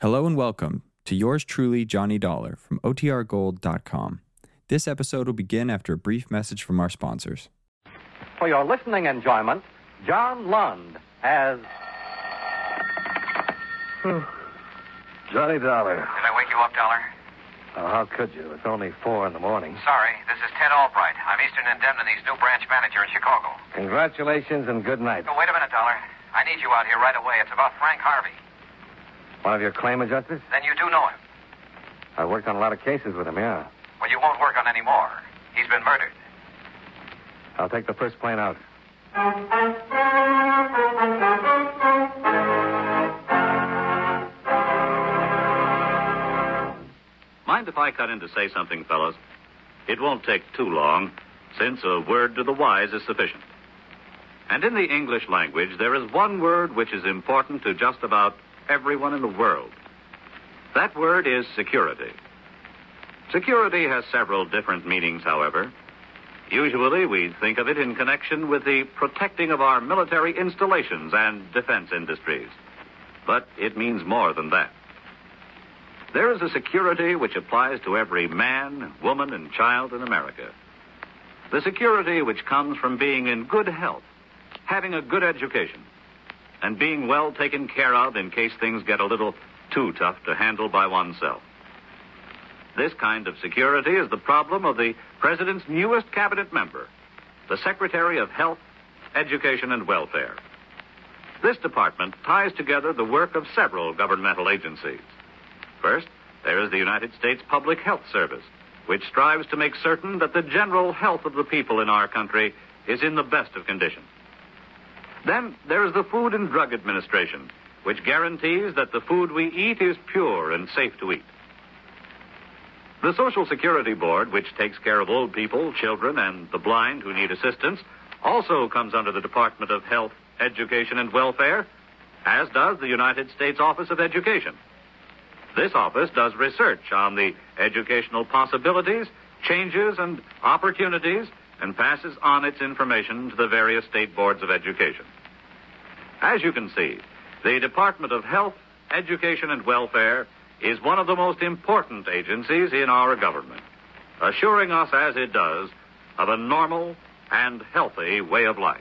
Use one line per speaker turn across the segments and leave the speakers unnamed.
Hello and welcome to yours truly, Johnny Dollar from OTRGold.com. This episode will begin after a brief message from our sponsors.
For your listening enjoyment, John Lund as.
Johnny Dollar.
Did I wake you up, Dollar?
Oh, how could you? It's only four in the morning.
Sorry, this is Ted Albright. I'm Eastern Indemnity's new branch manager in Chicago.
Congratulations and good night.
Oh, wait a minute, Dollar. I need you out here right away. It's about Frank Harvey.
One of your claim adjusters?
Then you do know him.
I worked on a lot of cases with him, yeah.
Well, you won't work on any more. He's been murdered.
I'll take the first plane out.
Mind if I cut in to say something, fellas? It won't take too long, since a word to the wise is sufficient. And in the English language, there is one word which is important to just about everyone in the world. That word is security. Security has several different meanings, however. Usually, we think of it in connection with the protecting of our military installations and defense industries. But it means more than that. There is a security which applies to every man, woman, and child in America. The security which comes from being in good health, having a good education, and being well taken care of in case things get a little too tough to handle by oneself. This kind of security is the problem of the President's newest cabinet member, the Secretary of Health, Education, and Welfare. This department ties together the work of several governmental agencies. First, there is the United States Public Health Service, which strives to make certain that the general health of the people in our country is in the best of condition. Then there is the Food and Drug Administration, which guarantees that the food we eat is pure and safe to eat. The Social Security Board, which takes care of old people, children, and the blind who need assistance, also comes under the Department of Health, Education, and Welfare, as does the United States Office of Education. This office does research on the educational possibilities, changes, and opportunities, and passes on its information to the various state boards of education. As you can see, the Department of Health, Education, and Welfare is one of the most important agencies in our government, assuring us, as it does, of a normal and healthy way of life.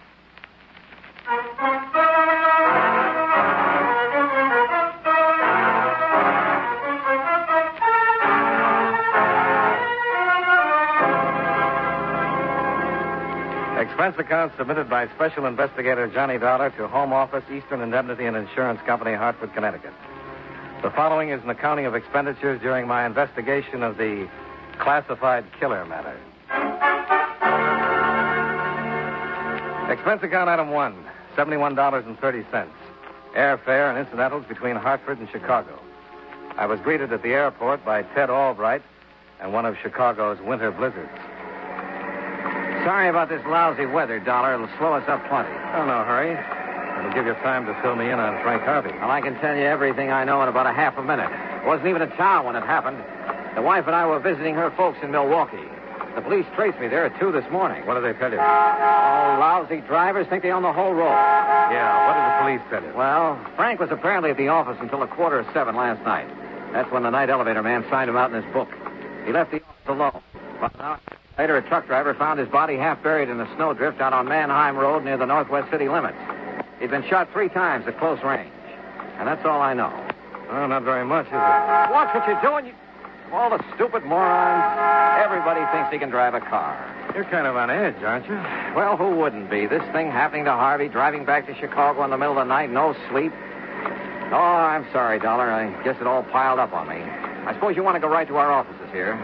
Expense account submitted by Special Investigator Johnny Dollar to Home Office, Eastern Indemnity and Insurance Company, Hartford, Connecticut. The following is an accounting of expenditures during my investigation of the classified killer matter. Expense account item one, $71.30. Airfare and incidentals between Hartford and Chicago. I was greeted at the airport by Ted Albright and one of Chicago's winter blizzards. Sorry about this lousy weather, Dollar. It'll slow us up plenty. Oh, no hurry. It'll give you time to fill me in on Frank Harvey.
Well, I can tell you everything I know in about a half a minute. I wasn't even in town when it happened. The wife and I were visiting her folks in Milwaukee. The police traced me there at 2 this morning.
What did they tell you?
All lousy drivers think they own the whole road.
Yeah, what did the police tell you?
Well, Frank was apparently at the office until a quarter of seven last night. That's when the night elevator man signed him out in his book. He left the office alone. About an hour later, a truck driver found his body half buried in a snowdrift out on Manheim Road near the northwest city limits. He'd been shot three times at close range. And that's all I know.
Oh, not very much, is it?
Watch what you're doing. You... All the stupid morons. Everybody thinks he can drive a car.
You're kind of on edge, aren't you?
Well, who wouldn't be? This thing happening to Harvey, driving back to Chicago in the middle of the night, no sleep. Oh, I'm sorry, Dollar. I guess it all piled up on me. I suppose you want to go right to our offices here.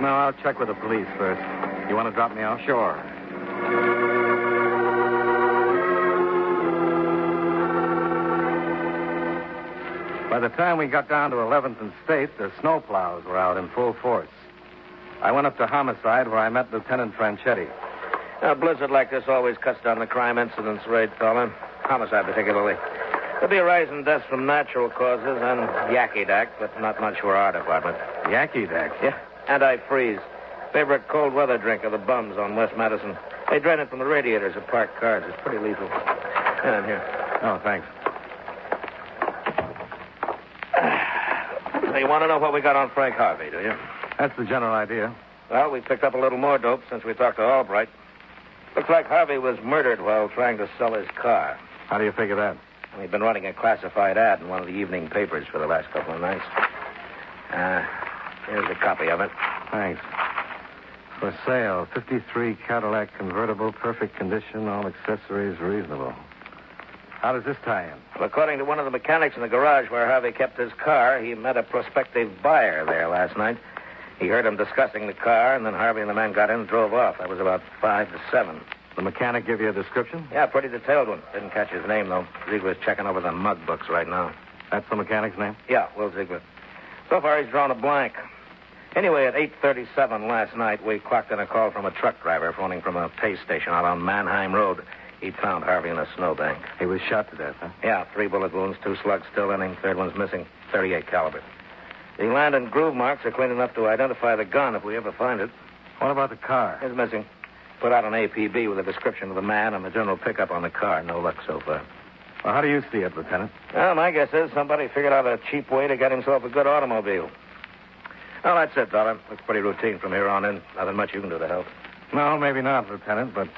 No, I'll check with the police first. You want to drop me off?
Sure.
By the time we got down to 11th and State, the snowplows were out in full force. I went up to homicide where I met Lieutenant Franchetti.
A blizzard like this always cuts down the crime incidence rate, fella. Homicide, particularly. There'll be a rise in deaths from natural causes and yakky dack, but not much for our department.
Yankee Dack.
Yeah, anti-freeze. Favorite cold weather drink of the bums on West Madison. They drain it from the radiators at parked cars. It's pretty lethal. Come here.
Oh, thanks.
So you want to know what we got on Frank Harvey, do you?
That's the general idea.
Well, we picked up a little more dope since we talked to Albright. Looks like Harvey was murdered while trying to sell his car.
How do you figure that?
We've been running a classified ad in one of the evening papers for the last couple of nights. Uh, here's a copy of it.
Thanks. For sale, 53 Cadillac convertible, perfect condition, all accessories reasonable. How does this tie in?
Well, according to one of the mechanics in the garage where Harvey kept his car, he met a prospective buyer there last night. He heard him discussing the car, and then Harvey and the man got in and drove off. That was about five to seven.
The mechanic give you a description?
Yeah, pretty detailed one. Didn't catch his name, though. Ziegler's checking over the mug books right now.
That's the mechanic's name?
Yeah, Will Ziegler. So far, he's drawn a blank. Anyway, at 8.37 last night, we clocked in a call from a truck driver phoning from a pay station out on Mannheim Road. He'd found Harvey in a snowbank.
He was shot to death, huh?
Yeah, three bullet wounds, two slugs still in him, third one's missing, 38 caliber. The land and groove marks are clean enough to identify the gun if we ever find it.
What about the car?
It's missing. Put out an APB with a description of the man and the general pickup on the car. No luck so far.
Well, how do you see it, Lieutenant?
Well, my guess is somebody figured out a cheap way to get himself a good automobile. Well, that's it, Dollar. Looks pretty routine from here on in. Nothing much you can do to help.
No, maybe not, Lieutenant, but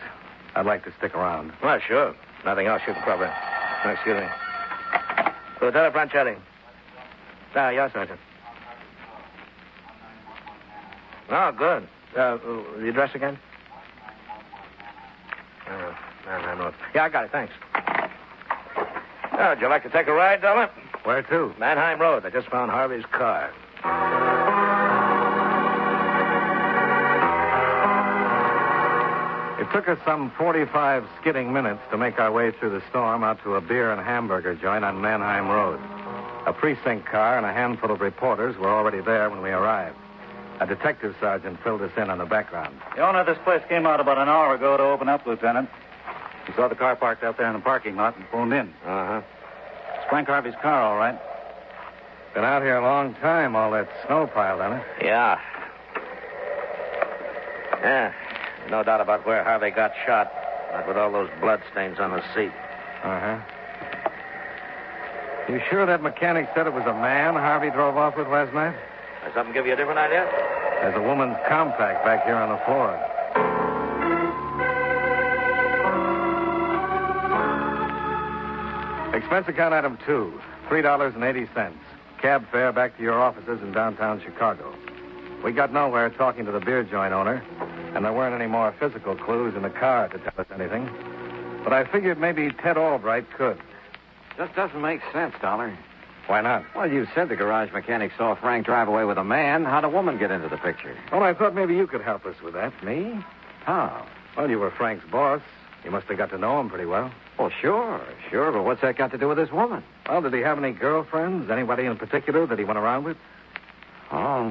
I'd like to stick around.
Well, sure. Nothing else you can cover. No, excuse me. Lieutenant Franchetti. Ah, yes, Sergeant. Oh, good. Uh, the address again? Uh, no, no, no. Yeah, I got it. Thanks. Oh, would you like to take a ride, Dollar?
Where to?
Mannheim Road. I just found Harvey's car.
It took us some 45 skidding minutes to make our way through the storm out to a beer and hamburger joint on Mannheim Road. A precinct car and a handful of reporters were already there when we arrived. A detective sergeant filled us in on the background.
The owner of this place came out about an hour ago to open up, Lieutenant. He saw the car parked out there in the parking lot and phoned in.
Uh huh.
It's Frank Harvey's car, all right.
Been out here a long time, all that snow piled on it.
Yeah. Yeah. No doubt about where Harvey got shot. Not with all those blood stains on the seat.
Uh huh. You sure that mechanic said it was a man Harvey drove off with last night?
Does something give you a different idea?
There's a woman's compact back here on the floor. Expense account item two, three dollars and eighty cents. Cab fare back to your offices in downtown Chicago. We got nowhere talking to the beer joint owner, and there weren't any more physical clues in the car to tell us anything. But I figured maybe Ted Albright could.
Just doesn't make sense, Dollar.
Why not?
Well, you said the garage mechanic saw Frank drive away with a man. How'd a woman get into the picture?
Well, I thought maybe you could help us with that.
Me? How?
Ah, Well, you were Frank's boss. You must have got to know him pretty well.
Well, Oh, sure, sure, but what's that got to do with this woman?
Well, did he have any girlfriends? Anybody in particular that he went around with?
Oh,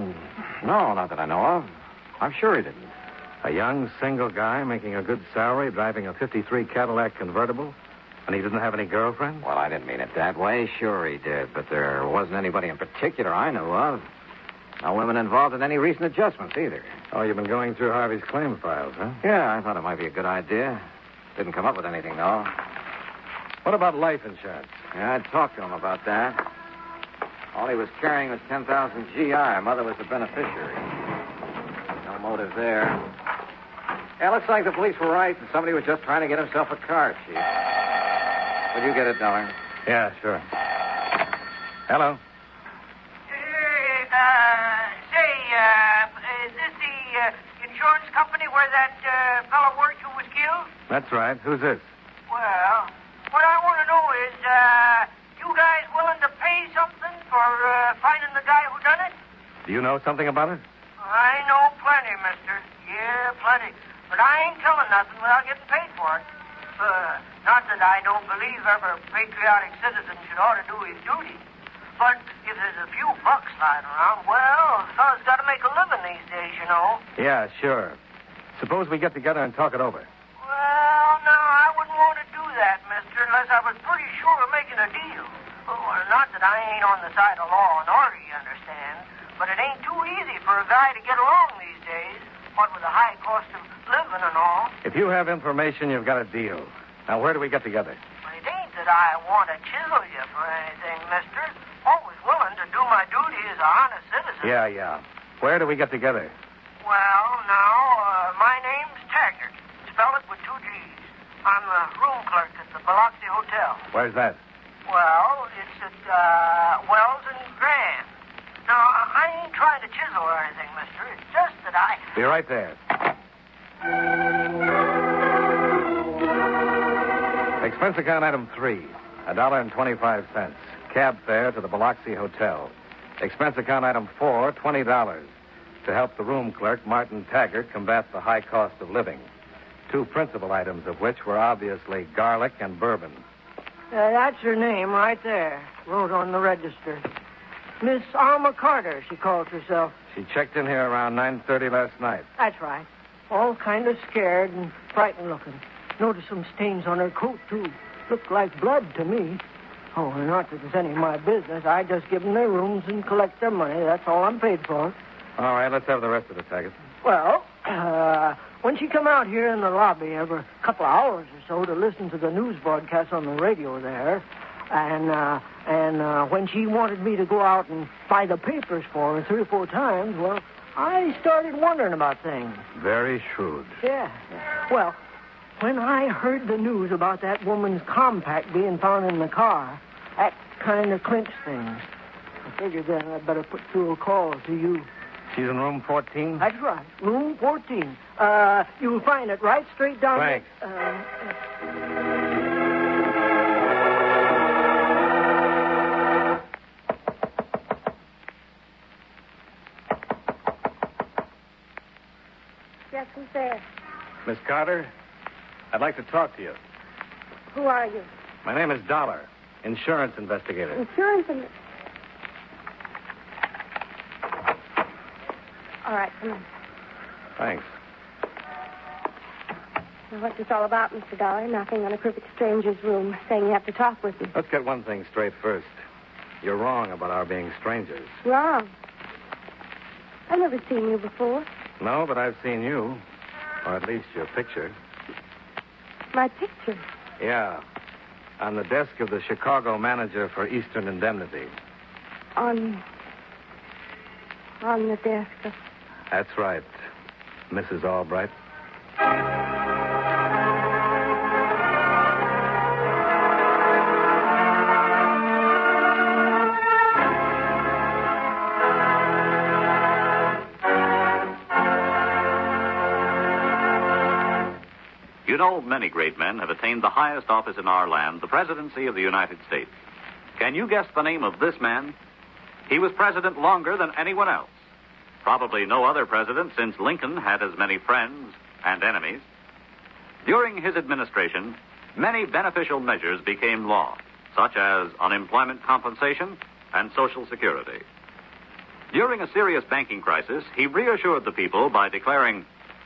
no, not that I know of. I'm sure he didn't.
A young single guy making a good salary, driving a 53 Cadillac convertible, and he didn't have any girlfriend?
Well, I didn't mean it that way. Sure he did, but there wasn't anybody in particular I knew of. No women involved in any recent adjustments either.
Oh, you've been going through Harvey's claim files, huh?
Yeah, I thought it might be a good idea. Didn't come up with anything, though.
What about life insurance?
Yeah, I talked to him about that. All he was carrying was 10,000 GI. Mother was the beneficiary. No motive there. Yeah, looks like the police were right, and somebody was just trying to get himself a car, Chief. Will you get it, Dollar?
Yeah, sure. Hello.
Hey, uh, say, uh, is this the uh, insurance company where that uh, fellow worked who was killed?
That's right. Who's this?
Well, what I want to know is, uh, you guys willing to pay something for uh, finding the guy who done it?
Do you know something about it?
I know plenty, mister. Yeah, plenty. But I ain't telling nothing without getting paid for it. Uh, not that I don't believe every patriotic citizen should ought to do his duty. But if there's a few bucks lying around, well, a fellow's got to make a living these days, you know.
Yeah, sure. Suppose we get together and talk it over.
Well, no, I wouldn't want to do that, mister, unless I was pretty sure of making a deal. Oh, not that I ain't on the side of law and order, you understand. But it ain't too easy for a guy to get along these days, what with the high cost of living and all.
If you have information, you've got a deal. Now, where do we get together?
But it ain't that I want to chisel you for anything, mister. Always willing to do my duty as a honest
Yeah, yeah. Where do we get together?
Well, now, uh, my name's Taggart. Spell it with two G's. I'm the room clerk at the Biloxi Hotel.
Where's that?
Well, it's at uh, Wells and Grand. Now, I- I ain't trying to chisel or anything, mister. It's just that I.
Be right there. Expense account item three, a dollar and twenty-five cents. Cab fare to the Biloxi Hotel. Expense account item four, twenty dollars, to help the room clerk Martin Taggart combat the high cost of living. Two principal items of which were obviously garlic and bourbon.
Uh, that's her name right there, wrote on the register. Miss Alma Carter, she calls herself.
She checked in here around nine thirty last night.
That's right. All kind of scared and frightened looking. Noticed some stains on her coat, too. Looked like blood to me. Oh, not that it's any of my business. I just give them their rooms and collect their money. That's all I'm paid for.
All right, let's have the rest of it, Taggart.
Well, uh, when she come out here in the lobby every couple of hours or so to listen to the news broadcast on the radio there, and uh, and uh, when she wanted me to go out and buy the papers for her three or four times, well, I started wondering about things.
Very shrewd.
Yeah. Well, when I heard the news about that woman's compact being found in the car, that kind of clinched things. I figured then I'd better put through a call to you.
She's in room fourteen.
That's right. Room 14. Uh, you'll find it right straight down
Thanks.
there. Uh,
Yes, who's there?
Miss Carter, I'd like to talk to you.
Who are you?
My name is Dollar, insurance investigator.
Insurance and... All right, come in.
Thanks.
Now, what's this all about, Mr. Dollar? Knocking on a perfect stranger's room, saying you have to talk with me.
Let's get one thing straight first. You're wrong about our being strangers.
Wrong. I've never seen you before.
No, but I've seen you, or at least your picture.
My picture.
Yeah, on the desk of the Chicago manager for Eastern Indemnity.
On. on the desk. of-
That's right, Mrs. Albright.
You know, many great men have attained the highest office in our land, the presidency of the United States. Can you guess the name of this man? He was president longer than anyone else. Probably no other president since Lincoln had as many friends and enemies. During his administration, many beneficial measures became law, such as unemployment compensation and Social Security. During a serious banking crisis, he reassured the people by declaring,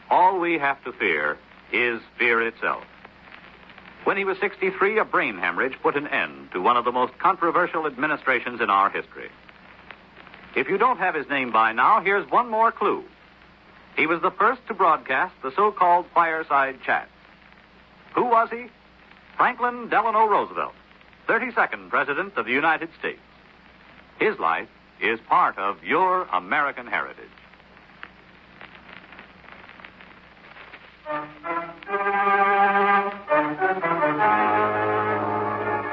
All we have to fear is fear itself. When he was 63, a brain hemorrhage put an end to one of the most controversial administrations in our history. If you don't have his name by now, here's one more clue. He was the first to broadcast the so called fireside chat. Who was he? Franklin Delano Roosevelt, 32nd President of the United States. His life is part of your American heritage.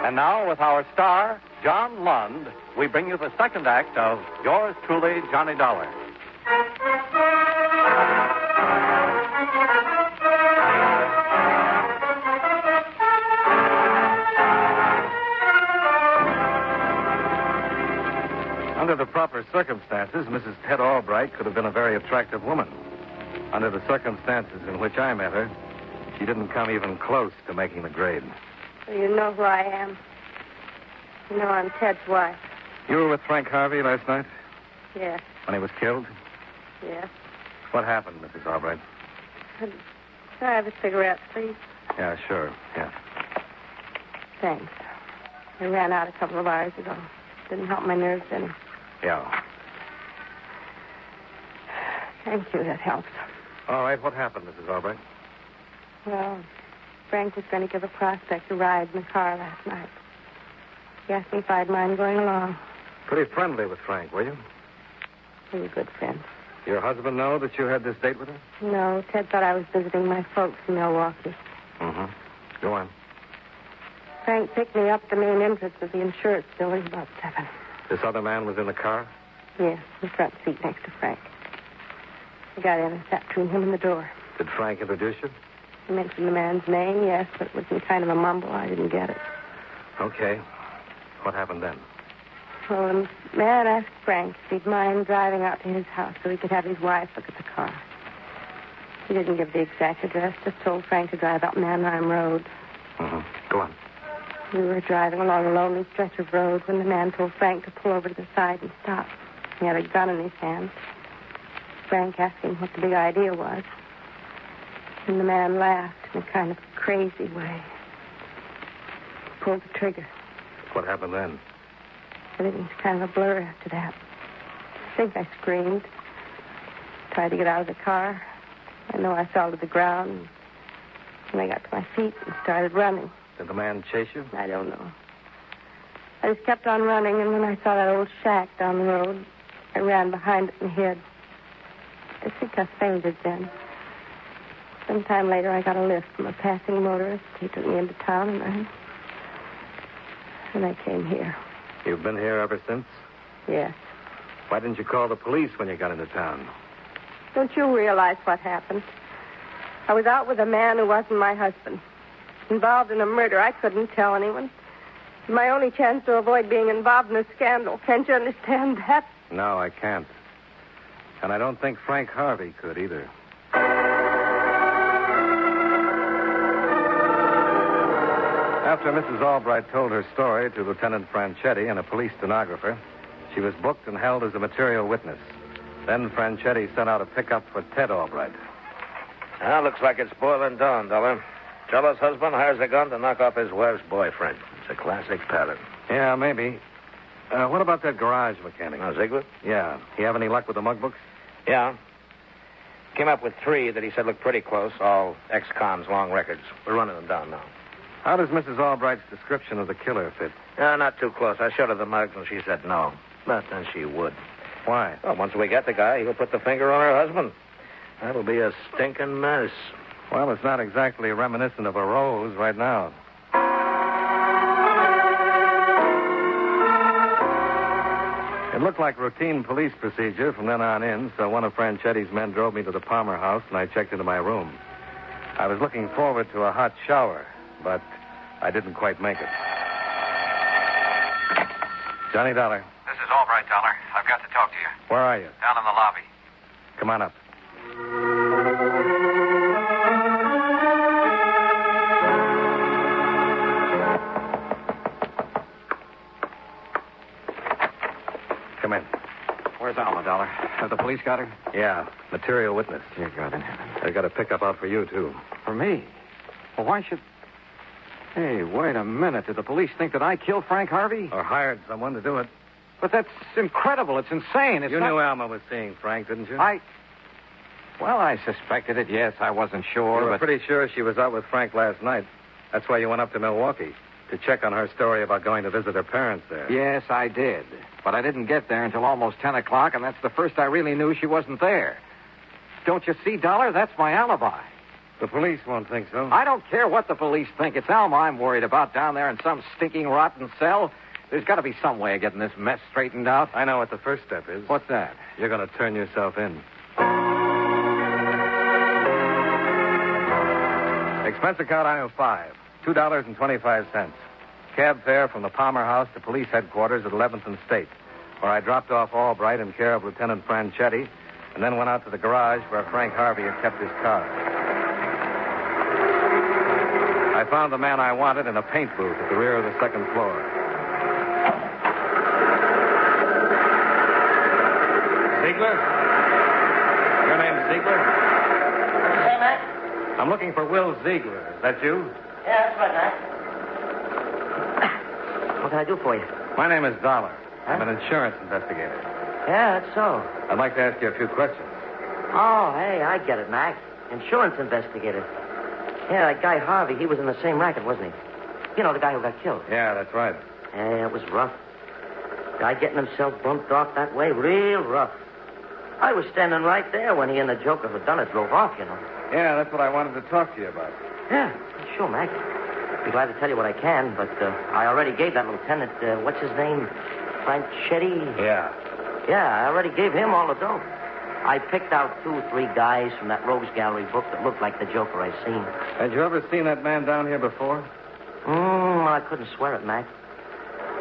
And now, with our star, John Lund, we bring you the second act of Yours Truly, Johnny Dollar.
Under the proper circumstances, Mrs. Ted Albright could have been a very attractive woman. Under the circumstances in which I met her, she didn't come even close to making the grade.
Well, you know who I am. You know I'm Ted's wife.
You were with Frank Harvey last night
Yes,
when he was killed?
yes.
What happened, Mrs. Albright?
Can I have a cigarette, please?
Yeah, sure. Yeah.
Thanks. I ran out a couple of hours ago. Didn't help my nerves any.
Yeah.
Thank you. That helps.
All right, what happened, Mrs. Albright?
Well, Frank was going to give a prospect a ride in the car last night. He asked me if I'd mind going along.
Pretty friendly with Frank, were you?
We were good friends.
Your husband know that you had this date with her?
No, Ted thought I was visiting my folks in Milwaukee.
Mm-hmm. Go on.
Frank picked me up at the main entrance of the insurance building about seven.
This other man was in the car?
Yes, the front seat next to Frank. I got in and sat between him and the door.
Did Frank introduce you?
He mentioned the man's name, yes, but it was in kind of a mumble. I didn't get it.
Okay. What happened then?
Well, the man asked Frank if he'd mind driving out to his house so he could have his wife look at the car. He didn't give the exact address, just told Frank to drive up Manheim Road.
Mm-hmm. Go on.
We were driving along a lonely stretch of road when the man told Frank to pull over to the side and stop. He had a gun in his hand. Frank asked him what the big idea was. And the man laughed in a kind of crazy way. He pulled the trigger.
What happened then?
Everything's kind of a blur after that. I think I screamed. Tried to get out of the car. I know I fell to the ground. And I got to my feet and started running.
Did the man chase you?
I don't know. I just kept on running, and when I saw that old shack down the road, I ran behind it and hid. I think I fainted then. Sometime later, I got a lift from a passing motorist. He took me into town, and I, and I came here.
You've been here ever since?
Yes.
Why didn't you call the police when you got into town?
Don't you realize what happened? I was out with a man who wasn't my husband, involved in a murder. I couldn't tell anyone. My only chance to avoid being involved in a scandal. Can't you understand that?
No, I can't. And I don't think Frank Harvey could either. After Mrs. Albright told her story to Lieutenant Franchetti and a police stenographer, she was booked and held as a material witness. Then Franchetti sent out a pickup for Ted Albright.
Now, Ah, looks like it's boiling down, Dollar. Jealous husband hires a gun to knock off his wife's boyfriend. It's a classic pattern.
Yeah, maybe. Uh, what about that garage mechanic?
Now, Uh, Ziegler?
Yeah. You have any luck with the mug books?
Yeah. Came up with three that he said looked pretty close, all ex cons, long records. We're running them down now.
How does Mrs. Albright's description of the killer fit?
Uh, not too close. I showed her the mugs and she said no. But then she would.
Why?
Well, once we get the guy, he'll put the finger on her husband. That'll be a stinking mess.
Well, it's not exactly reminiscent of a rose right now. It looked like routine police procedure from then on in, so one of Franchetti's men drove me to the Palmer house and I checked into my room. I was looking forward to a hot shower, but I didn't quite make it. Johnny Dollar,
This is Albright, Dollar. I've got to talk to you.
where are you?
Down in the lobby.
Come on up. Come in.
Where's Alma, Dollar? Have the police got her?
Yeah, material witness.
Dear God in heaven.
They got a pickup out for you, too.
For me? Well, why should. Hey, wait a minute. Did the police think that I killed Frank Harvey?
Oh,
Or hired someone to do it.
But that's incredible. It's insane. It's
you
not-
knew Alma was seeing Frank, didn't you?
I. Well, I suspected it, yes. I wasn't sure,
You were
but.
pretty sure she was out with Frank last night. That's why you went up to Milwaukee to check on her story about going to visit her parents there.
Yes, I did. But I didn't get there until almost 10 o'clock, and that's the first I really knew she wasn't there. Don't you see, Dollar? That's my alibi.
The police won't think so.
I don't care what the police think. It's Alma I'm worried about down there in some stinking, rotten cell. There's got to be some way of getting this mess straightened out.
I know what the first step is.
What's that?
You're going to turn yourself in. Expense account item five, two dollars and twenty-five cents. Cab fare from the Palmer House to police headquarters at 11th and State, where I dropped off Albright in care of Lieutenant Franchetti, and then went out to the garage where Frank Harvey had kept his car. I found the man I wanted in a paint booth at the rear of the second floor. Ziegler? Your name's Ziegler?
Matt?
I'm looking for Will Ziegler. Is that you?
Yeah, that's right, Matt. What can I do for you?
My name is Dollar. I'm an insurance investigator.
Yeah, that's so.
I'd like to ask you a few questions.
Oh, hey, I get it, Mac. Insurance investigator. Yeah, that guy Harvey, he was in the same racket, wasn't he? You know, the guy who got killed.
Yeah, that's right.
Yeah, it was rough. Guy getting himself bumped off that way, real rough. I was standing right there when he and the Joker who done it drove off, you know.
Yeah, that's what I wanted to talk to you about.
Yeah, sure, Mac. Be glad to tell you what I can, but uh, I already gave that lieutenant, uh, what's his name? Franchetti?
Yeah.
Yeah, I already gave him all the dope. I picked out two or three guys from that Rogues Gallery book that looked like the Joker I seen.
Had you ever seen that man down here before?
Mm, I couldn't swear it, Mac.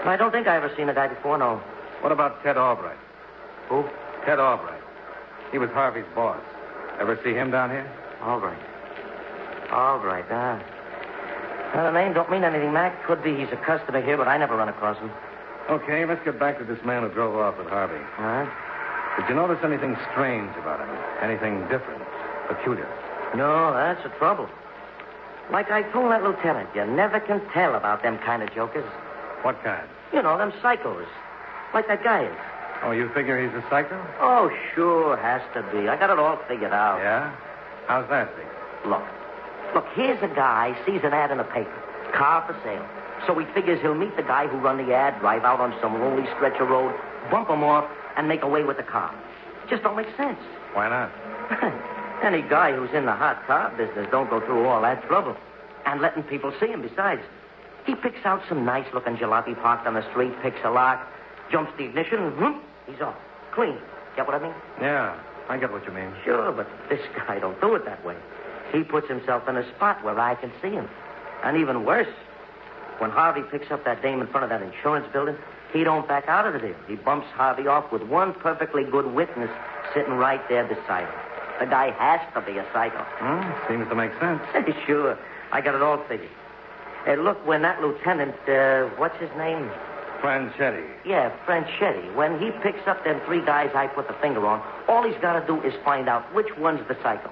I don't think I ever seen the guy before, no.
What about Ted Albright?
Who?
Ted Albright. He was Harvey's boss. Ever see him down here?
Albright. Albright, ah. Well, the name don't mean anything, Mac. Could be he's a customer here, but I never run across him.
Okay, let's get back to this man who drove off with Harvey.
All right.
Did you notice anything strange about him? Anything different? Peculiar?
No, that's the trouble. Like I told that lieutenant, you never can tell about them kind of jokers.
What kind?
You know, them psychos. Like that guy is.
Oh, you figure he's a psycho?
Oh, sure, has to be. I got it all figured out.
Yeah? How's that thing?
Look. Look, here's a guy sees an ad in the paper. Car for sale. So he figures he'll meet the guy who run the ad, drive out on some lonely stretch of road, bump him off, and make away with the car. Just don't make sense.
Why not?
Any guy who's in the hot car business don't go through all that trouble. And letting people see him besides. He picks out some nice looking jalopy parked on the street, picks a lock, jumps the ignition, and whoop, he's off. Clean. Get what I mean?
Yeah, I get what you mean.
Sure, but this guy don't do it that way. He puts himself in a spot where I can see him. And even worse, when Harvey picks up that dame in front of that insurance building, he don't back out of the deal. He bumps Harvey off with one perfectly good witness sitting right there beside him. The guy has to be a psycho.
Hmm, seems to make sense.
sure. I got it all figured. Hey, look, when that lieutenant, uh, what's his name?
Franchetti.
Yeah, Franchetti. When he picks up them three guys I put the finger on, all he's got to do is find out which one's the psycho.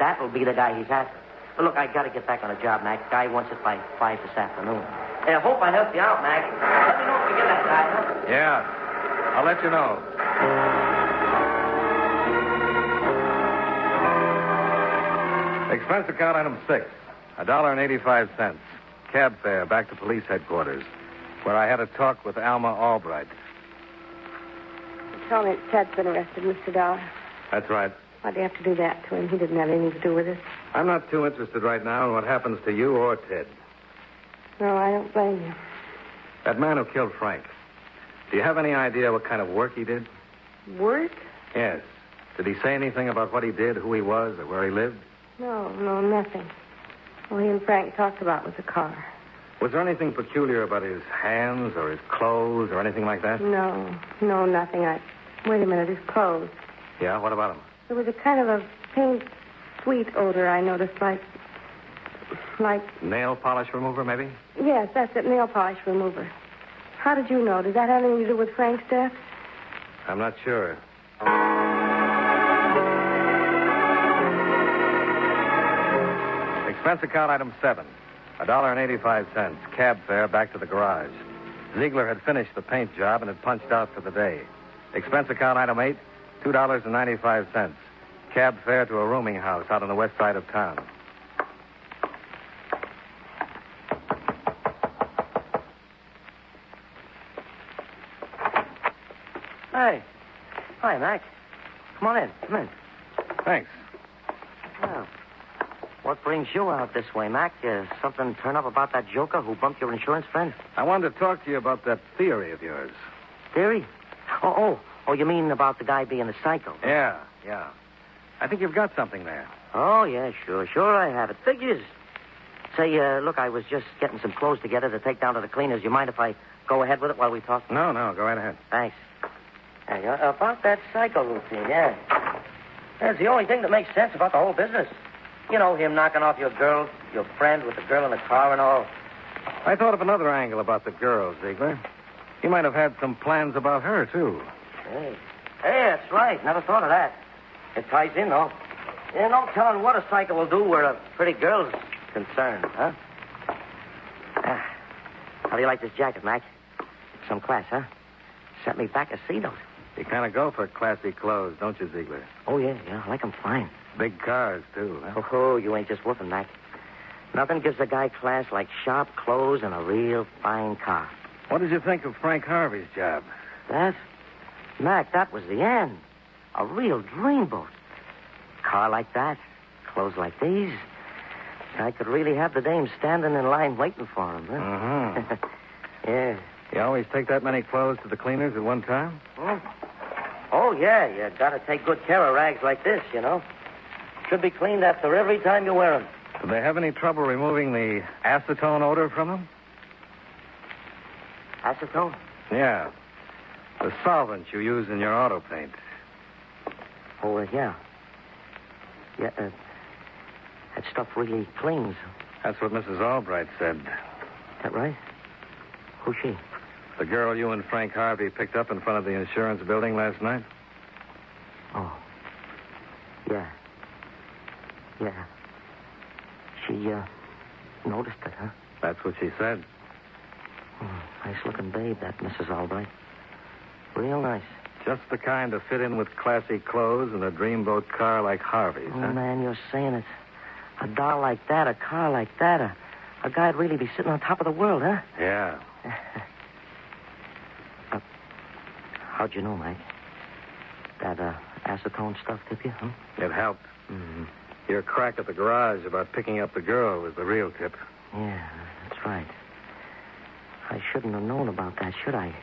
That'll be the guy he's after. But look, I got to get back on the job, Mac. Guy wants it by five this afternoon. Hey, I hope I helped you out, Mac. Let me know if you get that guy. Huh?
Yeah. I'll let you know. Expense account item six. A dollar and eighty-five cents. Cab fare back to police headquarters, where I had a talk with Alma Albright.
You told me that Ted's been arrested, Mr. Dollar.
That's right.
Why'd you have to do that to him? He didn't have anything to do with it.
I'm not too interested right now in what happens to you or Ted.
No, I don't blame you.
That man who killed Frank. Do you have any idea what kind of work he did?
Work?
Yes. Did he say anything about what he did, who he was, or where he lived?
No, no, nothing. All he and Frank talked about was the car.
Was there anything peculiar about his hands or his clothes or anything like that?
No, no, nothing. I wait a minute. His clothes.
Yeah, what about him?
There was a kind of a faint, sweet odor I noticed, like, like
Nail polish remover, maybe?
yes, that's it, nail polish remover. How did you know? Does that have anything to do with Frank's death?
I'm not sure. Expense account item seven. A dollar and eighty-five cents. Cab fare back to the garage. Ziegler had finished the paint job and had punched out for the day. Expense account item eight. Two dollars and ninety-five cents. Cab fare to a rooming house out on the west side of town.
Hey. Hi, Mac. Come on in. Come in.
Thanks.
Well, what brings you out this way, Mac? Uh, something turn up about that joker who bumped your insurance friend?
I wanted to talk to you about that theory of yours.
Theory? Oh, oh. Oh, you mean about the guy being a psycho?
Yeah, yeah. I think you've got something there.
Oh, yeah, sure. Sure I have it. Figures. Say, uh, look, I was just getting some clothes together to take down to the cleaners. You mind if I go ahead with it while we talk?
No, no, go right ahead.
Thanks. Hey, uh, about that psycho routine, yeah. That's the only thing that makes sense about the whole business. You know, him knocking off your girl, your friend with the girl in the car and all.
I thought of another angle about the girl, Ziegler. You might have had some plans about her, too.
Hey. Hey, that's right. Never thought of that. It ties in, though. You no telling what a psycho will do where a pretty girl's concerned, huh? Ah, how do you like this jacket, Mac? Some class, huh? Sent me back a C note.
You kind of go for classy clothes, don't you, Ziegler?
Oh, yeah, yeah. I like 'em fine.
Big cars, too. Huh?
Oh, you ain't just whooping, Mac. Nothing gives a guy class like sharp clothes and a real fine car.
What did you think of Frank Harvey's job?
That? Mac, that was the end. A real dreamboat. Car like that, clothes like these. I could really have the dame standing in line waiting for him. Huh?
Mm-hmm.
yeah.
You always take that many clothes to the cleaners at one time?
Oh, yeah, you gotta take good care of rags like this, you know. Should be cleaned after every time you wear 'em.
Do they have any trouble removing the acetone odor from them?
Acetone?
Yeah. The solvent you use in your auto paint.
Oh, uh, yeah. Yeah, uh, that stuff really clings.
That's what Mrs. Albright said.
That right? Who's she?
The girl you and Frank Harvey picked up in front of the insurance building last night?
Oh. Yeah. Yeah. She, uh, noticed it, huh?
That's what she said.
Nice looking babe, that Mrs. Albright. Real nice.
Just the kind to fit in with classy clothes and a dreamboat car like Harvey's,
Oh,
huh?
man, you're saying it. A doll like that, a car like that, a, a guy'd really be sitting on top of the world, huh?
Yeah.
How'd you know, Mike? That uh, acetone stuff tip you, huh?
It helped.
Mm-hmm.
Your crack at the garage about picking up the girl was the real tip.
Yeah, that's right. I shouldn't have known about that, should I?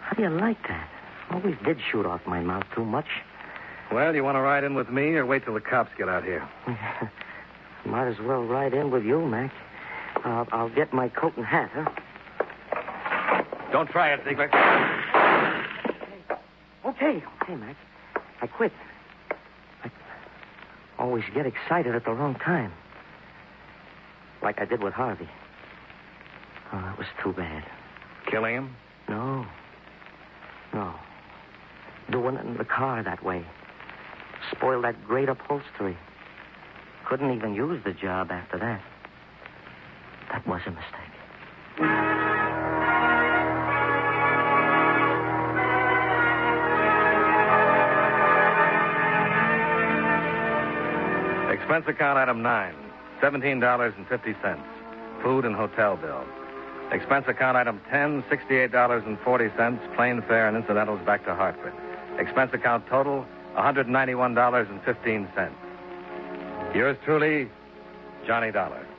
How do you like that? Always did shoot off my mouth too much.
Well, you want to ride in with me or wait till the cops get out here?
Might as well ride in with you, Mac. Uh, I'll get my coat and hat, huh?
Don't try it, Ziegler.
Okay, okay, Mac. I quit. I always get excited at the wrong time. Like I did with Harvey. Oh, that was too bad.
Killing him?
No. No. Doing it in the car that way. Spoiled that great upholstery. Couldn't even use the job after that. That was a mistake.
Expense account item nine, seventeen dollars and fifty cents, food and hotel bill. Expense account item ten, sixty-eight dollars and forty cents, plane fare and incidentals back to Hartford. Expense account total, one hundred ninety-one dollars and fifteen cents. Yours truly, Johnny Dollar.